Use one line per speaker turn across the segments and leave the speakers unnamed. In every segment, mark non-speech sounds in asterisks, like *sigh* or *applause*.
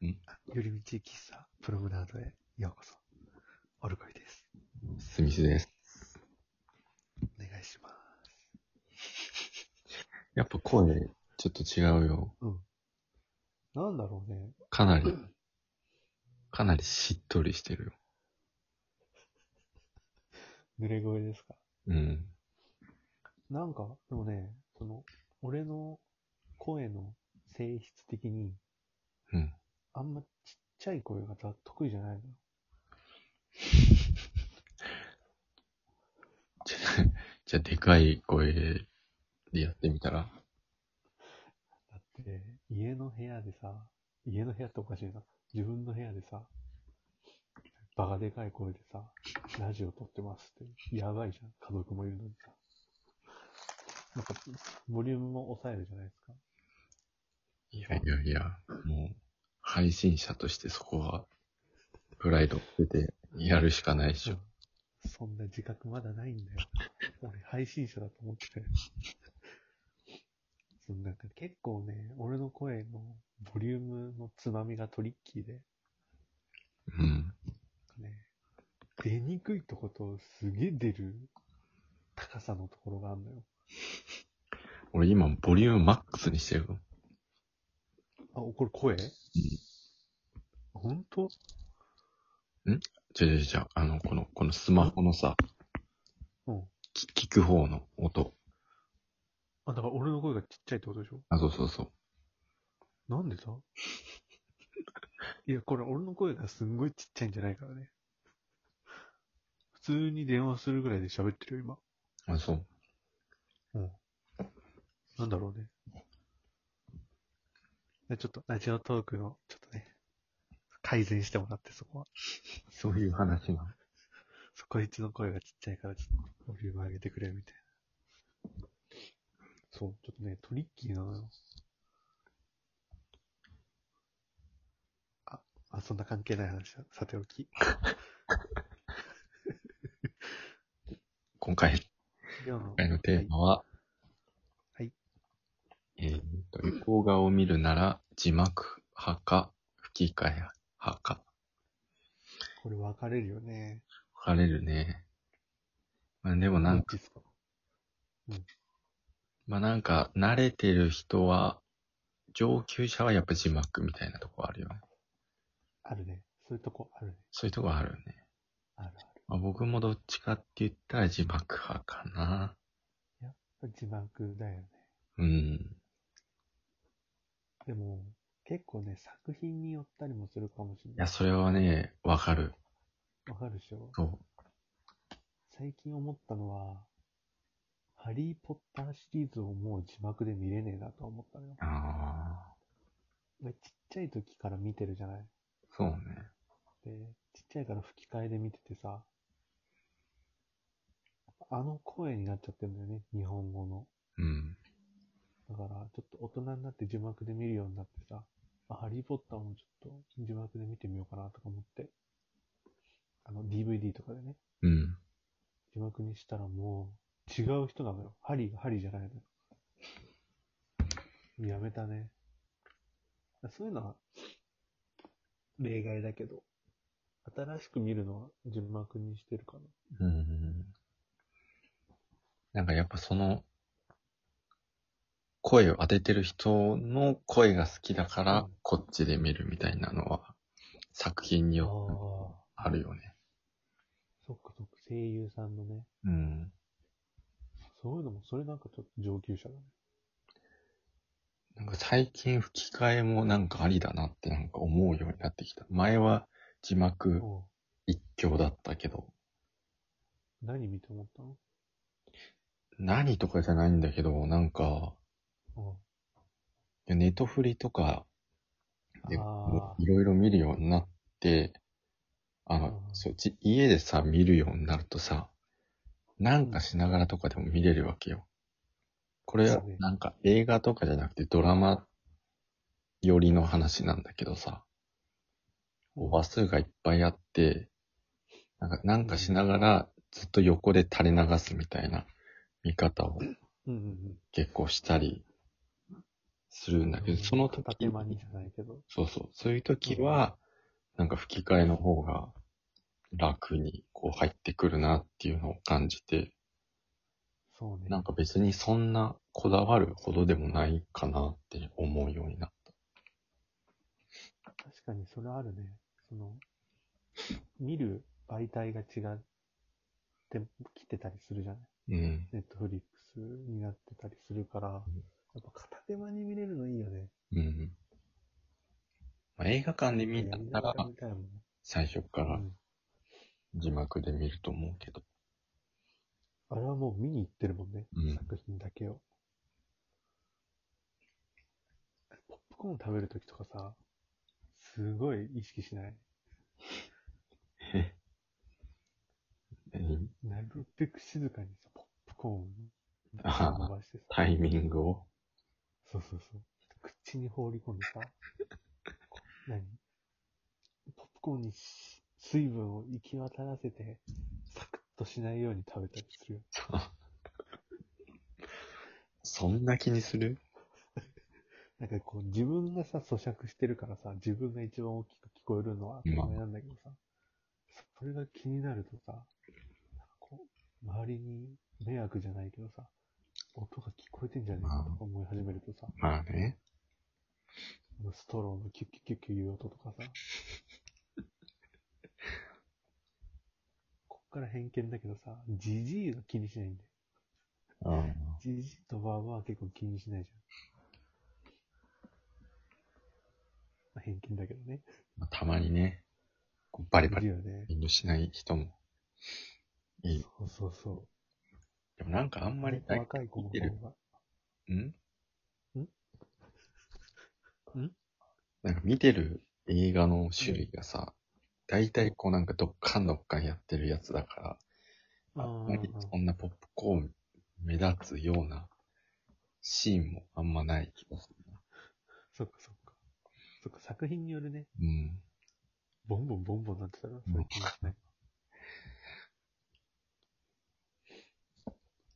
寄り道喫茶、プロムナードへようこそ。オルコイです。
スミスです。
お願いします。
やっぱ声、ちょっと違うよ。
なんだろうね。
かなり、かなりしっとりしてるよ。
濡れ声ですか
うん。
なんか、でもね、その、俺の声の性質的に、
うん。
あんまちっちゃい声が得意じゃないのよ。
じゃ、じゃあでかい声でやってみたら
だって、家の部屋でさ、家の部屋っておかしいな。自分の部屋でさ、バカでかい声でさ、ラジオ撮ってますって、やばいじゃん。家族もいるのにさ。なんか、ボリュームも抑えるじゃないですか。
いやいやいや、もう、配信者としてそこは、プライドを捨ててやるしかないでしょ。
そんな自覚まだないんだよ。俺配信者だと思ってて。そのなんか結構ね、俺の声のボリュームのつまみがトリッキーで、
うん。
なんかね、出にくいとことすげえ出る高さのところがあるのよ。
俺今、ボリュームマックスにしてるよ。
あ、これ声ほんと
じゃじゃじゃ、あの、この、このスマホのさ、
うん。
き聞く方の音。
あ、だから俺の声がちっちゃいってことでしょ
あ、そうそうそう。
なんでさいや、これ俺の声がすんごいちっちゃいんじゃないからね。普通に電話するぐらいで喋ってるよ、今。
あ、そう。
なんだろうね。でちょっと、ラジオトークの、ちょっとね、改善してもらって、そこは。
そういう話なの。
そこいつの声がちっちゃいから、ちょっと、ボリューム上げてくれ、みたいな。そう、ちょっとね、トリッキーなのよ。あ、あ、そんな関係ない話は、さておき。
今回、
今日の
今回のテーマは、
はい。
えーっと、旅行画を見るなら、字幕派か、吹き替え派か。
これ分かれるよね。
分かれるね。まあでもなん
ど
か、
っちっすか
まあなんか、慣れてる人は、上級者はやっぱ字幕みたいなとこあるよね。
あるね。そういうとこあるね。
そういうとこあるよね。
ある
まあ、僕もどっちかって言ったら字幕派かな。
ある。字幕だよね。
うん。
でも、結構ね、作品によったりもするかもしれ
い
な
や、
い。
それはね、わかる。
わかるでしょ
そう。
最近思ったのは、ハリー・ポッターシリーズをもう字幕で見れねえなと思ったのよ。
ああ、
俺ちっちゃい時から見てるじゃない
そうね。
で、ちっちゃいから吹き替えで見ててさ、あの声になっちゃってるんだよね、日本語の。
うん。
だから、ちょっと大人になって字幕で見るようになってさ、あハリー・ポッターもちょっと字幕で見てみようかなとか思って、あの、DVD とかでね、
うん。
字幕にしたらもう、違う人なのよ。ハリーがハリーじゃないのよ。やめたね。そういうのは、例外だけど、新しく見るのは字幕にしてるかな。
うん。なんかやっぱその、声を当ててる人の声が好きだか
う
ら
ん、
こっちで見るみたいなのは、作品に
ああ
よってあるよね。
そっかそっか、声優さんのね。
うん。
そういうのも、それなんかちょっと上級者だね。
なんか最近吹き替えもなんかありだなってなんか思うようになってきた。前は字幕
うん
一強だったけど、
何見て思ったの
何とかじゃないんだけど、なんか、
うん
ネトフリとかで、
あ
いろいろ見るようになって、あの、
うん
そうち、家でさ、見るようになるとさ、なんかしながらとかでも見れるわけよ。これ
そ
は
うね
なんか映画とかじゃなくてドラマ寄りの話なんだけどさ、こう話数がいっぱいあって、なんかなんかしながらずっと横で垂れ流すみたいな見方を
ーうんうんうん。
結構したりするんだけど、その時
建前にじゃないけど。
そうそう。そういう時は、なんか吹き替えの方が楽にこう入ってくるなっていうのを感じて、
そうね。
なんか別にそんなこだわるほどでもないかなって思うようになっ
確かにそれあるね。その、見る媒体が違ってきてたりするじゃない
た。うん。
ネットフリックスになってたりするから、やっぱ片手間に見れるのいいよね。
うん。まあ、映画館で見
や
た
りな
ら
がら見たいもんね。
最初か
う
ら
ん。
字幕で見ると思うけど。
あれはもう見に行ってるもんね。
うん
作品だけを。ポップコーン食べるときとかさ、すごい意識しない。
うん
なるべく静かにさ、ポップコーンを
あ
伸
あ、
ばしてさ、
タイミングを。 *laughs*
そうそうそう。口に放り込んでさ、こう何ポップコーンにし水分を行き渡らせて、サクッとしないように食べたりするよ。
そうそんな気にする
なんかこう自分がさ、咀嚼してるからさ、自分が一番大きく聞こえるのは当たり前なんだけどさ、それが気になるとさ、なんかこう、周りに迷惑じゃないけどさ、音が聞こえてんじゃねえかとか思い始めるとさ、
まあね。
あのストローのキュッキュッキュッキュいう音とかさ、こっから偏見だけどさ、ジジイが気にしないんだよ。
うん。
ジジイとバーバーは結構気にしないじゃん。まあ偏見だけどね。
まあたまにね、こうバリバ
い
リ
るよね。
遠慮しない人もいい。
そうそうそう。
でもなんかあんまり、
若い子の
見てる
方が。
うん
ん
なんか見てる映画の種類がさ、大体こうなんかどっかんどっかんやってるやつだから、あんまりそんなポップコーン目立つようなシーンもあんまない気がするな。
そっかそっか。そっか、作品によるね、
うん。
ボンボンボンボンなってたら、そういう気がしない。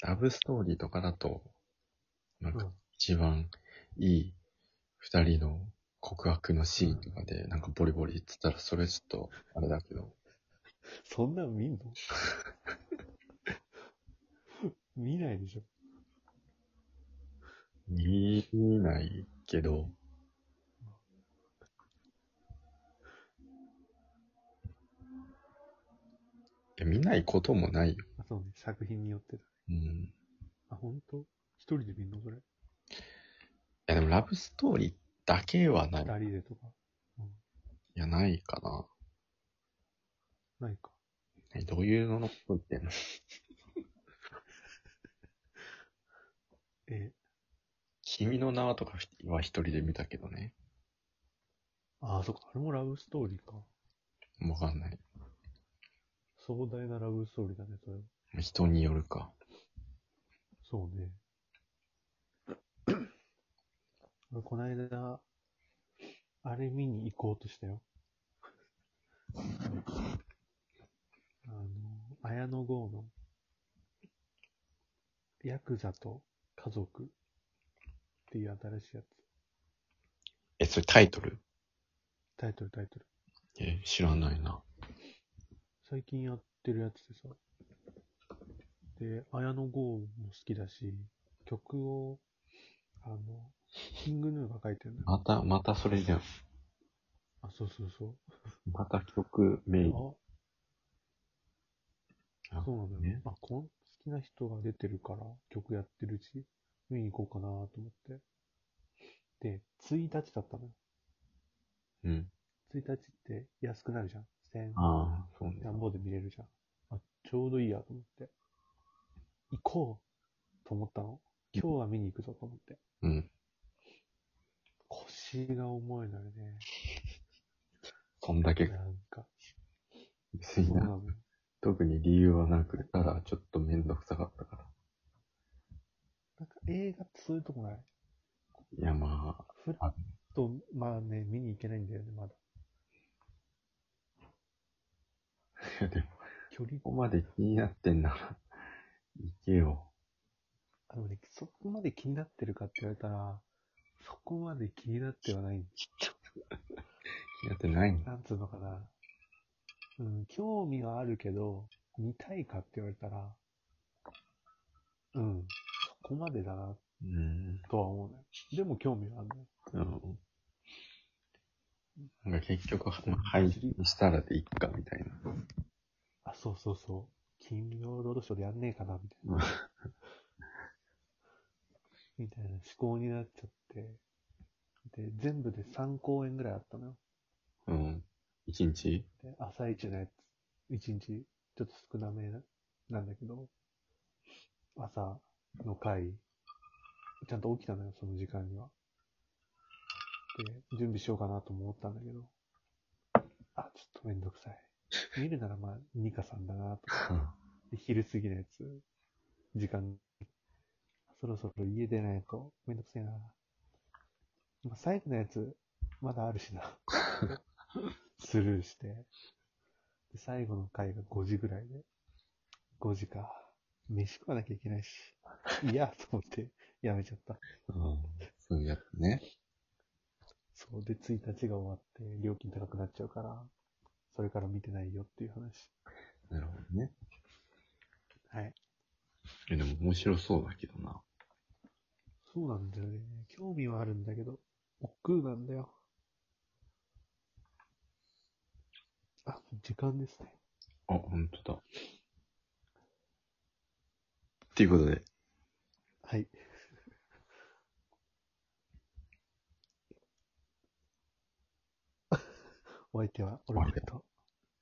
ラブストーリーとかだと、なん
う
か
ん
一番いい二人の告白のシーンとかで、なんかボリボリ言ってたらそれちょっとあれだけど、
そんなん見んの見ないでしょ。
見ないけど、いや見ないこともないよ。
あ、そうね、作品によってだ。
うん
あ、ほんと一人で見んのそれ。
いやでもラブストーリーだけはない。
二人でとか。
いや、ないかな。
ないか。
えどういうののこと言ってんの
え
君の名はとかは一人で見たけどね。
ああ、そっか。あれもラブストーリーか。
わかんない。
壮大なラブストーリーだね、それは。
人によるか。
そうね。俺、こないだ、あれ見に行こうとしたよ。あの、綾野剛の、ヤクザと家族っていう新しいやつ。
え、それタイトル
タイトルタイトル。
え、知らないな。
最近やってるやつでさ。で、綾野剛も好きだし、曲を、あの、キングヌーが書いてるのよ。
また、またそれじゃん。
あ、そうそうそう。
また曲名義。
あ、そうなんだよ
ね。
まあ、こん好きな人が出てるから、曲やってるし、見に行こうかなと思って。で、1日だったのよ。
うん。
1日って安くなるじゃん。1000
ああ、そうね。
なんぼで見れるじゃん。あ、ちょうどいいやと思って。行こうと思ったの。今日は見に行くぞと思って。
うん。
腰が重いのよね。
そんだけ
なんか、
薄
そ
いう
な
な。
のよ。
特に理由はなく、ただちょっとめんどくさかったか
なんか映画ってそういうとこない
ら。いや、まあ、
ふらっと、まあね、見に行けないんだよね、まだ。
いや *laughs* でも、
距離
ここまで気になってんなら、行けよ。
あのね、そこまで気になってるかって言われたら、そこまで気になってはない。
やってないんだ。
なんつうのかな。うん、興味はあるけど、見たいかって言われたら、うん、そこまでだな、
うん。
とは思うね。でも興味はあるね。
うん。なんか結局、まあ配信したらでいっか、みたいな。
あ、そうそうそう。金曜ロードショーでやんねえかな、みたいな。みたいな思考になっちゃって。で、全部で3公演ぐらいあったのよ。
うん。一日 *laughs*
で、朝一のやつ、一日、ちょっと少なめなんだけど、朝の回、ちゃんと起きたのよ、その時間には。で、準備しようかなとも思ったんだけど、あ、ちょっとめんどくさい。見るならまあ、2か3だなと。で昼過ぎのやつ、時間、そろそろ家出ないとめんどくせえな。まあ、最後のやつ、まだあるしな。スルーして。で最後の回が5時ぐらいで。5時か。飯食わなきゃいけないし。いや、と思って、やめちゃった。
うん。そうやってね。
そう。で、1日が終わって、料金高くなっちゃうから、それから見てないよっていう話。
なるほどね。
はい。
え、でも面白そうだけどな。
そうなんだよね。興味はあるんだけど、億劫なんだよ。あ、時間ですね。
あ、ほんとだ。っていうことで、
はい。 *laughs* お相手は、俺のこと、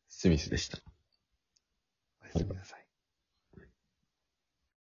スミスでした。
おやすみなさい。